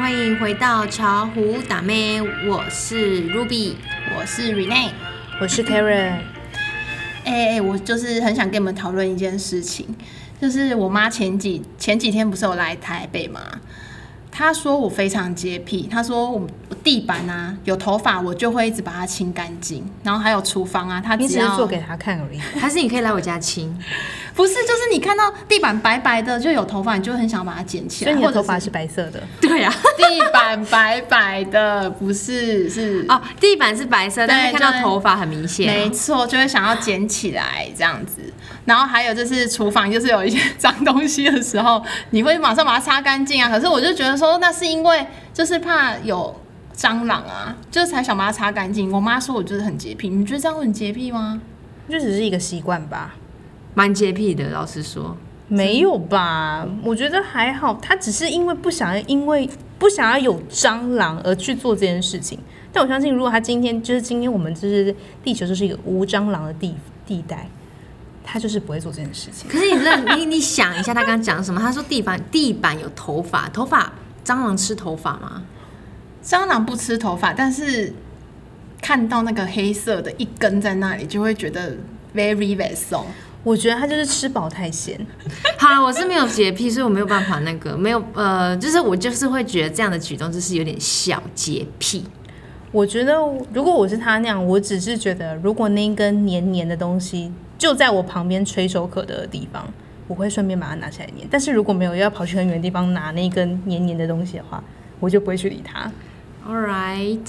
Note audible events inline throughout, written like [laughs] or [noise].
欢迎回到巧虎打妹，我是 Ruby，我是 Rene。我是 Karen，哎、哎，我就是很想跟你们讨论一件事情，就是我妈前几前几天不是有来台北吗？她说我非常洁癖，她说我我地板啊有头发我就会一直把它清干净，然后还有厨房啊，她你只是要 [laughs] 做给他看而已。还是你可以来我家亲？不是就是你看到地板白白的就有头发，你就很想把它捡起来，所以你的或者头发是白色的，对呀、 [laughs] 地板白白的，不是是啊，哦，地板是白色，对但是看到就是头发很明没显。啊错，就会想要捡起来这样子。然后还有就是厨房，就是有一些 [laughs] 脏东西的时候，你会马上把它擦干净啊。可是我就觉得说，那是因为就是怕有蟑螂啊，就是才想把它擦干净。我妈说我就是很洁癖，你觉得这样会很洁癖吗？就只是一个习惯吧？蛮洁癖的，老实说。没有吧？我觉得还好，他只是因为不想要，因为不想要有蟑螂而去做这件事情。但我相信，如果他今天就是今天我们就是地球就是一个无蟑螂的地地带，他就是不会做这件事情。可是你认你你想一下，他刚刚讲什么？他说地板地板有头发，头发蟑螂吃头发吗？蟑螂不吃头发，但是看到那个黑色的一根在那里，就会觉得 very very 松。我觉得他就是吃饱太闲， [laughs] 好了，我是没有洁癖，所以我没有办法那个，没有呃，就是我就是会觉得这样的举动就是有点小洁癖。我觉得，如果我是他那样，我只是觉得，如果那一根黏黏的东西就在我旁边垂手可得的地方，我会顺便把它拿起来捏。但是如果没有要跑去很远的地方拿那一根黏黏的东西的话，我就不会去理它。 All right，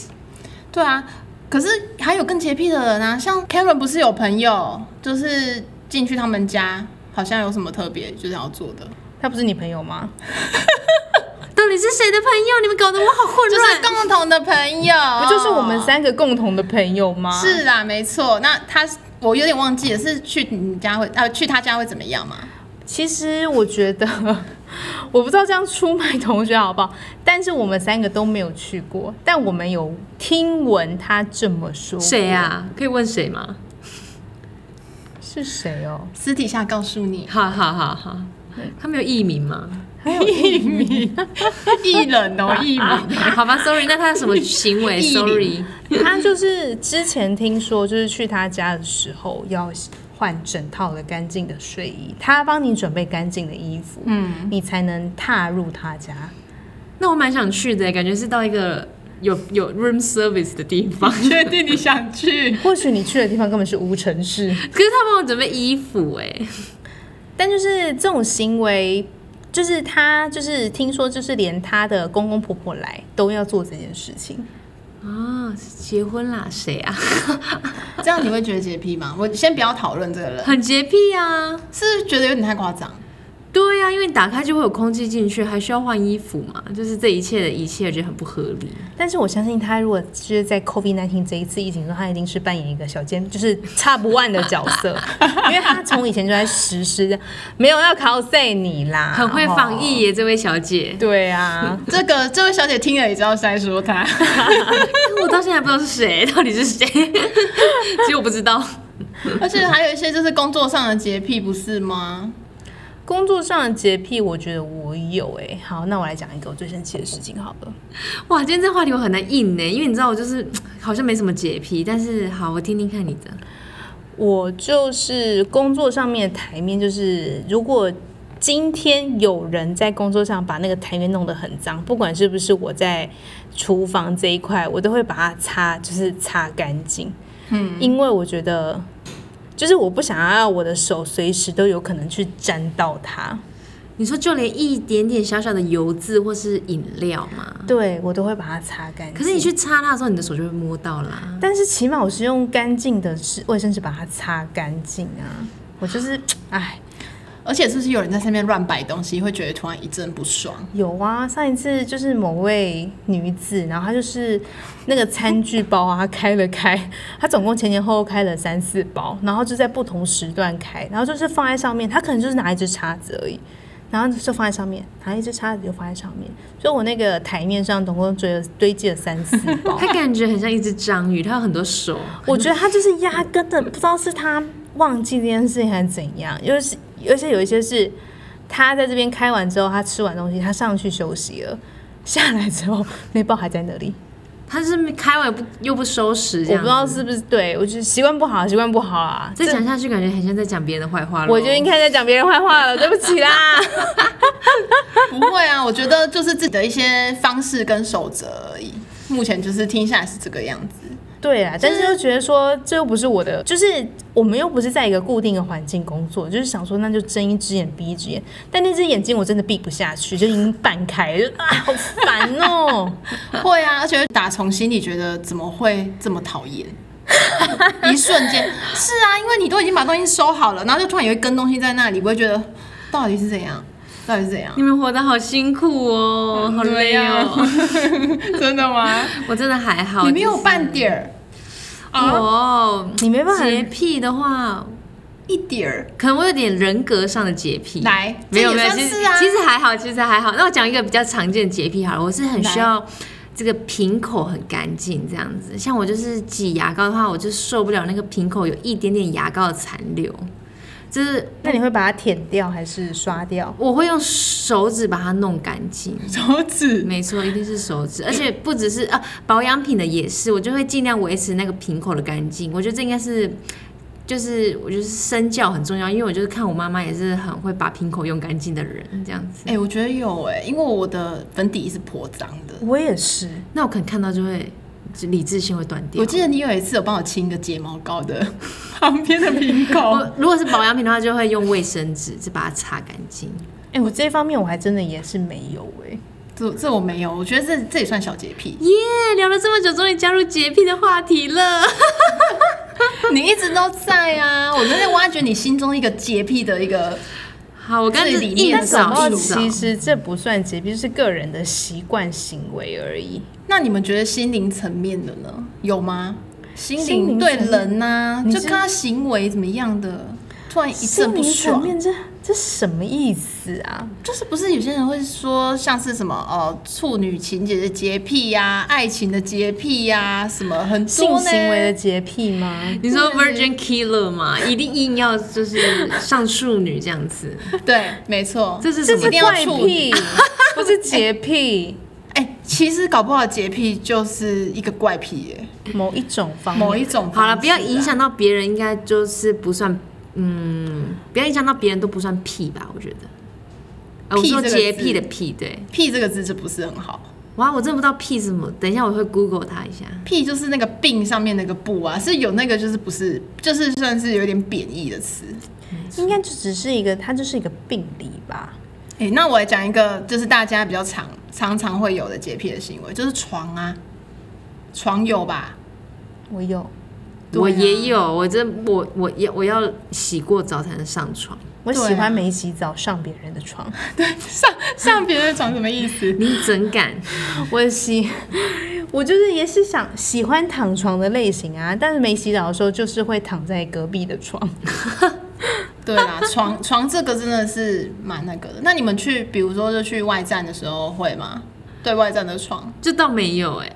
对啊，可是还有更洁癖的人啊，像 Karen 不是有朋友，就是进去他们家，好像有什么特别就是要做的，他不是你朋友吗？到底是谁的朋友？你们搞得我好混就是乱。共同的朋友，不就是我们三个共同的朋友吗？是啦，没错。那他我有点忘记了，是去你家会呃去他家会怎么样嘛？其实我觉得，我不知道这样出卖同学好不好，但是我们三个都没有去过，但我们有听闻他这么说。谁？啊？可以问谁吗？，是谁哦？私底下告诉你 [laughs] 好好好好，他们有艺名吗？艺人哦，艺名。好吧，sorry，那他有什么行 [laughs] 为艺名？sorry，他就是之前听说，就是去他家的时候要换整套的干净的睡衣，他帮你准备干净的衣服，嗯，你才能踏入他家。那我蛮想去的，感觉是到一个有有 room service 的地方。确定你想去？或许你去的地方根本是无尘室，可是他帮我准备衣服哎、但就是这种行为，就是他就是听说，就是连他的公公婆婆来都要做这件事情。啊，是结婚啦，谁啊？ [laughs] 这样你会觉得洁癖吗？我先不要讨论这个 [laughs] 人，很洁癖啊，是觉得有点太夸张。对呀、啊因为你打开就会有空气进去，还需要换衣服嘛，就是这一切的一切，我觉得很不合理。但是我相信他，如果就是在 COVID 1 9这一次疫情中，他一定是扮演一个小尖，就是差不万的角色，因为他从以前就在实施，没有要 cos 你啦，很会防疫哦。，耶，这位小姐对啊，这个这位小姐听了也知道是在说她。 [laughs] 我到现在还不知道是谁，到底是谁？其实我不知道。而且还有一些就是工作上的洁癖，不是吗？ [laughs] 工作上的洁癖，我觉得我有哎、好，那我来讲一个我最生气的事情好了。哇，今天这话题我很难应呢，欸因为你知道我就是好像没什么洁癖，但是好，我听听看你的。我就是工作上面的台面，就是如果今天有人在工作上把那个台面弄得很脏，不管是不是我在厨房这一块，我都会把它擦，就是擦干净。嗯，因为我觉得，就是我不想要我的手随时都有可能去沾到它，你说就连一点点小小的油渍或是饮料嘛，对我都会把它擦干净。嗯可是你去擦它的时候，你的手就会摸到啦。但是起码我是用干净的是卫生纸把它擦干净啊。我就是，唉，而且是不是有人在上面乱摆东西，会觉得突然一阵不爽？有啊，上一次就是某位女子，然后她就是那个餐具包啊，她开了开，她总共前前后后开了三四包，然后就在不同时段开，然后就是放在上面，她可能就是拿一只叉子而已，然后就放在上面，拿一只叉子就放在上面，所以我那个台面上总共堆了堆积了三四包，它感觉很像一只章鱼，它有很多手。我觉得她就是压根的不知道是她忘记这件事情还是怎样，就是而且有一些是她在这边开完之后，她吃完东西，她上去休息了。下来之后，那包还在那里。他是开完不又不收拾，这我不样知子道是不是对，我觉得习惯不好，习惯不好啊。再讲下去，感觉很像在讲别人的坏话了。我就应该在讲别人坏话了，对不起 [laughs] 啦。不会啊，我觉得就是自己的一些方式跟守则而已。目前就是听下来是这个样子，对啊，但是又觉得说这又不是我的，就是我们又不是在一个固定的环境工作，就是想说那就睁一只眼闭一只眼，但那只眼睛我真的闭不下去，就已经半开了，就啊好烦哦。会啊，而且打从心里觉得怎么会这么讨厌。一瞬间是啊，因为你都已经把东西收好了，然后就突然有一根东西在那里，不会觉得到底是怎样？到底是怎样？你们活得好辛苦 [laughs] 哦，好累哦。真的吗？我真的还好，你没有就是半点儿，啊我你没办法洁癖的话，一点儿。可能我有点人格上的洁癖。来没有这没也有，算其实是啊其实还好，其实还好。那我讲一个比较常见的洁癖好了，我是很需要这个瓶口很干净这样子。像我就是挤牙膏的话，我就受不了那个瓶口有一点点牙膏的残留，就是那你会把它舔掉还是刷掉？我会用手指把它弄干净。手指没错，一定是手指，而且不只是啊，保养品的也是，我就会尽量维持那个瓶口的干净。我觉得这应该是，就是我觉得身教很重要，因为我就是看我妈妈也是很会把瓶口用干净的人，这样子。哎、我觉得有哎、因为我的粉底是颇脏的。我也是，那我可能看到就会就理智性会断掉。我记得你有一次有帮我清一个睫毛膏的 [laughs] 旁边的瓶口，我如果是保养品的话，就会用卫生纸就把它擦干净。。哎、我这方面我还真的也是没有哎、这这我没有，我觉得这这也算小洁癖耶、聊了这么久，终于加入洁癖的话题了。你一直都在啊，我正在挖掘你心中一个洁癖的一个。好，我刚才这里面硬的找话硬找其实这不算洁癖，就是个人的习惯行为而已。那你们觉得心灵层面的呢？有吗？心心灵灵对层面人呐、你就是看他行为怎么样的，突然一阵心不灵层爽。啊面这这什么意思啊？就是不是有些人会说像是什么呃处女情节的洁癖呀、爱情的洁癖呀、什么很多性呢行为的洁癖吗？你说 Virgin Killer 嘛，一定硬要就是上处女这样子，对，没错，这是这什么是一定要怪处癖， [laughs] 不是洁癖，哎、其实搞不好洁癖就是一个怪癖耶，某一种方面。某一种好了，方式不要啊影响到别人，应该就是不算，嗯，不要影响到别人都不算屁吧？我觉得，啊、我屁说这个洁字癖的屁，对，屁这个字就不是很好。哇，我真的不知道屁是什么，等一下我会 Google 它一下。屁就是那个病上面那个不啊，是有那个就是不是，就是算是有点贬义的词。应该就只是一个，它就是一个病理吧。哎、那我来讲一个，就是大家比较常常常会有的洁癖的行为，就是床啊，床有吧？我有，对啊我也有，我真我我也我要洗过澡才能上 [laughs] 床。我对啊喜欢没洗澡上别人的床，上上别人的床什么意思？你怎敢？我洗， [laughs] 我就是也是想喜欢躺床的类型啊，但是没洗澡的时候就是会躺在隔壁的床。 [laughs] 对啦， [laughs] 床床这个真的是蛮那个的。那你们去，比如说就去外站的时候会吗？对外站的床，这倒没 [laughs] 有哎、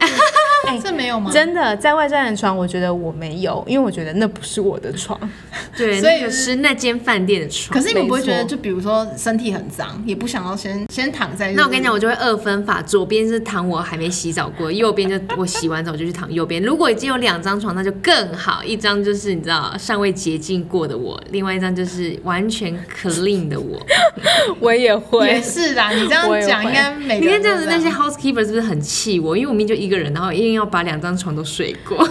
哎这没有吗？真的，在外站的床，我觉得我没有，因为我觉得那不是我的床。 [laughs] 对，所以那个是那间饭店的床可。是你们不会没觉错得，就比如说身体很脏，也不想要先先躺在、那我跟你讲，我我就会二分法，左边是躺我还没洗澡过，右边就我洗完澡就去躺右边。如果已经有两张床，那就更好，一张就是你知道尚未洁净过的我，另外一张就是完全 clean [laughs] 的我。 [laughs] 我也也会，是啦，你这样我也讲会应该每你个人看都这样子，那些样 housekeeper 是不是很气我？因为我明明就一个人，然后硬要把两张床都睡过。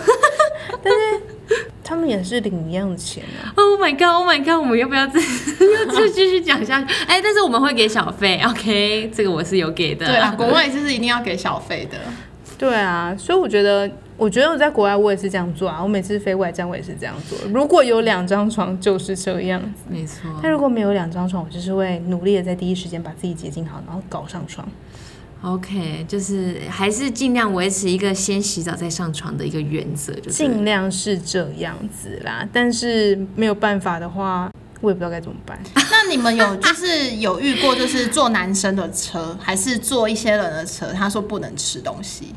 他们也是领一样的钱啊。 Oh my god! Oh my god! 我们要不 [laughs] 要再要再继续讲下去？哎、但是我们会给小费，OK？这个我是有给的。对啊啦，国外就是一定要给小费的。对啊，所以我觉得，我觉得我在国外我也是这样做啊。我每次飞外站我也是这样做。如果有两张床就是这样子，没错。但如果没有两张床，我就是会努力的在第一时间把自己洁净好，然后搞上床。 OK，就是还是尽量维持一个先洗澡再上床的一个原则，就是尽量是这样子啦，但是没有办法的话，我也不知道该怎么办。那你们有就是有遇过就是坐男生的车，还是坐一些人的车？他说不能吃东西，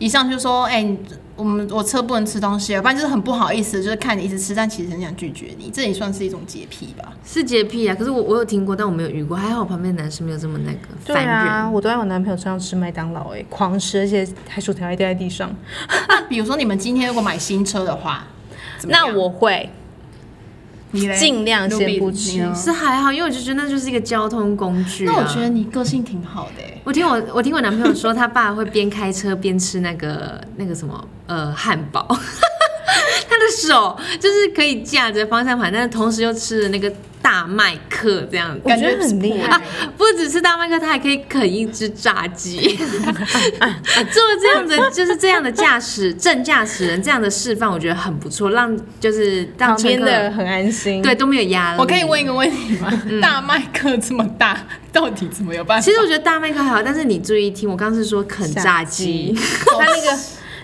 一上去就说：“哎、你我们我车不能吃东西了。”不然就是很不好意思，就是看你一直吃，但其实很想拒绝你，这也算是一种洁癖吧。是洁癖啊，可是我我有听过，但我没有遇过，还好我旁边的男生没有这么那个对烦人。啊，我都在我男朋友身上吃麦当劳、哎，狂吃，而且还薯条还掉在地上。 [laughs] 那比如说你们今天如果买新车的话，怎么样那我会，你嘞尽量先不 Ruby，吃你呢是还好，因为我就觉得那就是一个交通工具、啊。那我觉得你个性挺好的、欸，我听我我听我男朋友说，他爸会边开车边吃那个那个什么呃汉堡， [laughs] 他的手就是可以架着方向盘，但是同时又吃了那个大麦克这样子。我感觉觉得很厉害啊。，不只是大麦克，他还可以啃一只 [laughs] 炸鸡。做这样的就是这样的驾驶正驾驶人这样的示范，我觉得很不错，让就是让旁乘边客的很安心。对，都没有压力。我可以问一个问题吗？大麦克这么大，到底怎么有办法？其实我觉得大麦克还好，但是你注意听，我刚刚是说啃炸鸡，它那个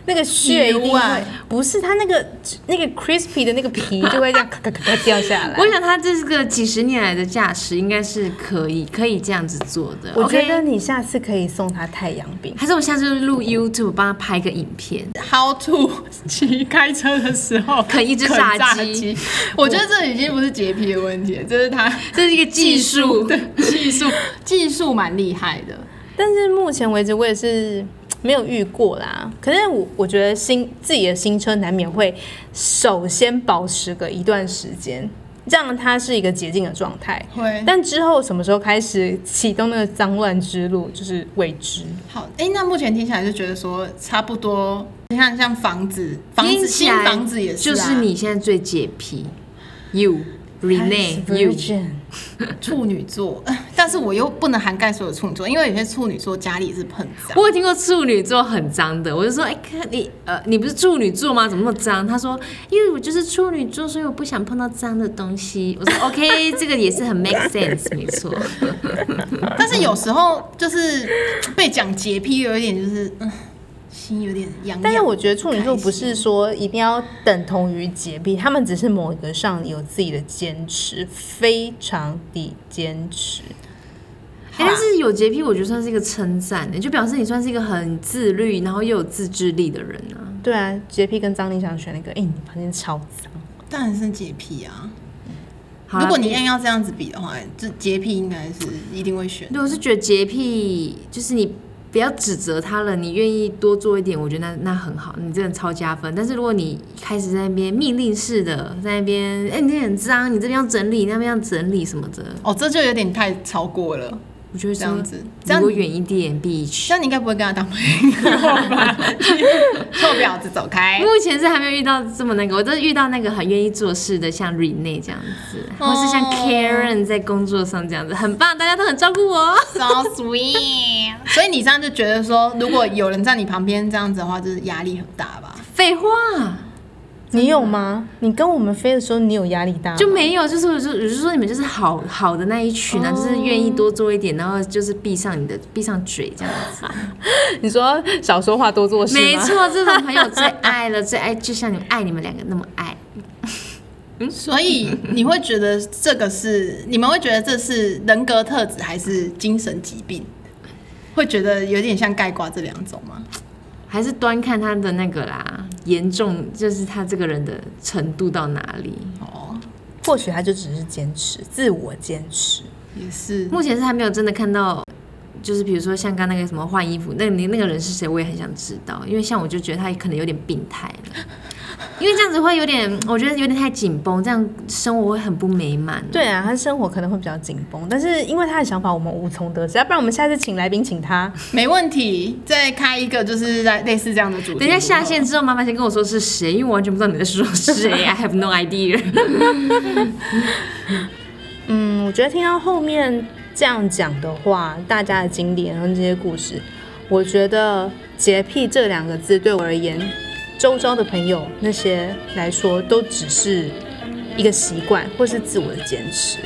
那个血一定油啊会，不是它那个那个 crispy 的那个皮就会这样咔咔咔咔掉下来。我想他这是个几十年来的驾驶，应该是可以可以这样子做的。我觉 OK 得你下次可以送他太阳饼。还是我下次录 YouTube 帮他拍个影片， How to [laughs] 骑开车的时候啃一只啃炸鸡炸鸡，我觉得这已经不是洁癖的问题了，这是他 [laughs] 这是一个技术。对技 [laughs] 术技术蛮厉害的。但是目前为止，我也是没有遇过啦。可是我我觉得新自己的新车难免会首先保持个一段时间，让它是一个洁净的状态。会但之后什么时候开始启动那个脏乱之路，就是未知。好，哎、那目前听起来就觉得说差不多。你看，像房子，房听子起新来房子也是、啊，就是你现在最洁癖，You Rene You。处女座， [laughs] 呃但是我又不能涵盖所有处女座，因为有些处女座家里是很脏。我有听过处女座很脏的，我就说，哎、看你呃，你不是处女座吗？怎么那么脏？他说，因为我就是处女座，所以我不想碰到脏的东西。我说，OK，这个也是很 make sense，没错。但是有时候就是被讲洁癖，有一点就是嗯，心有点痒痒。但是我觉得处女座不是说一定要等同于洁癖，他们只是某一个上有自己的坚持，非常的坚持。哎、但是有洁癖，我觉得算是一个称赞的，欸就表示你算是一个很自律，然后又有自制力的人啊。对啊，洁癖跟张立强选了一个，哎、你房间超脏，当然是洁癖啊。好啦如果你硬要这样子比的话，这洁癖应该是一定会选。对，我是觉得洁癖就是你不要指责他了，你愿意多做一点，我觉得那那很好，你真的超加分。但是如果你开始在那边命令式的在那边，哎、你这很脏，你这边要整理，那边要整理什么的，哦，这就有点太超过了。我就会说这样子离我远一点，bitch。像你应该不会跟他当朋友吧？臭婊子，走开！目前是还没有遇到这么那个，我都遇到那个很愿意做事的，像 Rene 这样子，或是像哦 Karen 在工作上这样子，很棒，大家都很照顾我。 [laughs] So sweet。所以你这样就觉得说，如果有人在你旁边这样子的话，就是压力很大吧？废话你有吗？你跟我们飞的时候，你有压力大吗就没有，就是我就我就说你们就是好好的那一群啊，就是愿意多做一点，然后就是闭上你的闭上嘴这样子。你说少说话多做事吗没，错，这种朋友最爱了，最爱就像你们爱你们两个那么爱。所以你会觉得这个是你们会觉得这是人格特质还是精神疾病？会觉得有点像盖瓜这两种吗？还是端看他的那个啦，严重就是他这个人的程度到哪里。哦，或许他就只是坚持，自我坚持。也是。目前是还没有真的看到，就是比如说像刚那个什么换衣服，那你那个人是谁，我也很想知道，因为像我就觉得他可能有点病态了，因为这样子会有点，我觉得有点太紧绷，这样生活会很不美满。对啊，他生活可能会比较紧绷，但是因为他的想法我们无从得知，要不然我们下次请来宾请他。没问题，再开一个就是在类似这样的主题。等一下下线之后，妈妈先跟我说是谁，因为我完全不知道你在说谁，I have no idea。嗯，我觉得听到后面这样讲的话，大家的经历跟这些故事，我觉得“洁癖”这两个字对我而言，周遭的朋友那些来说，都只是一个习惯或是自我的坚持。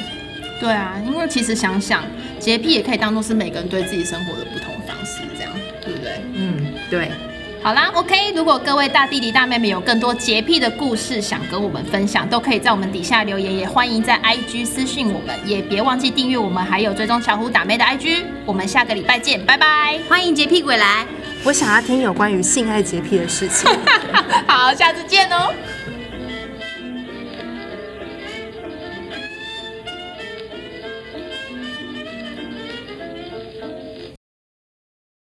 对啊，因为其实想想，洁癖也可以当做是每个人对自己生活的不同方式，这样对不对？嗯，对，好啦，OK，如果各位大弟弟大妹妹有更多洁癖的故事想跟我们分享，都可以在我们底下留言，也欢迎在 IG 私讯我们，也别忘记订阅我们，还有追踪小虎打妹的 IG。我们下个礼拜见，拜拜。 [laughs] 欢迎洁癖鬼来。我想要听有关于性爱洁癖的事情。好，下次见哦。